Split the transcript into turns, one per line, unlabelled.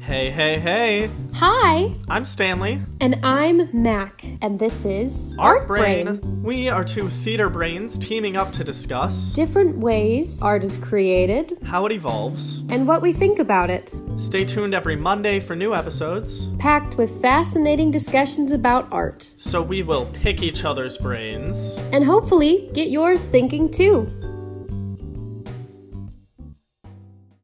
Hey, hey, hey.
Hi,
I'm Stanley.
and I'm Mac, and this is
Art Brain. We are two theater brains teaming up to discuss
Different ways art is created
how it evolves.
and what we think about it,
Stay tuned every Monday for new episodes.
packed with fascinating discussions about art.
So we will pick each other's brains.
And hopefully, get yours thinking too.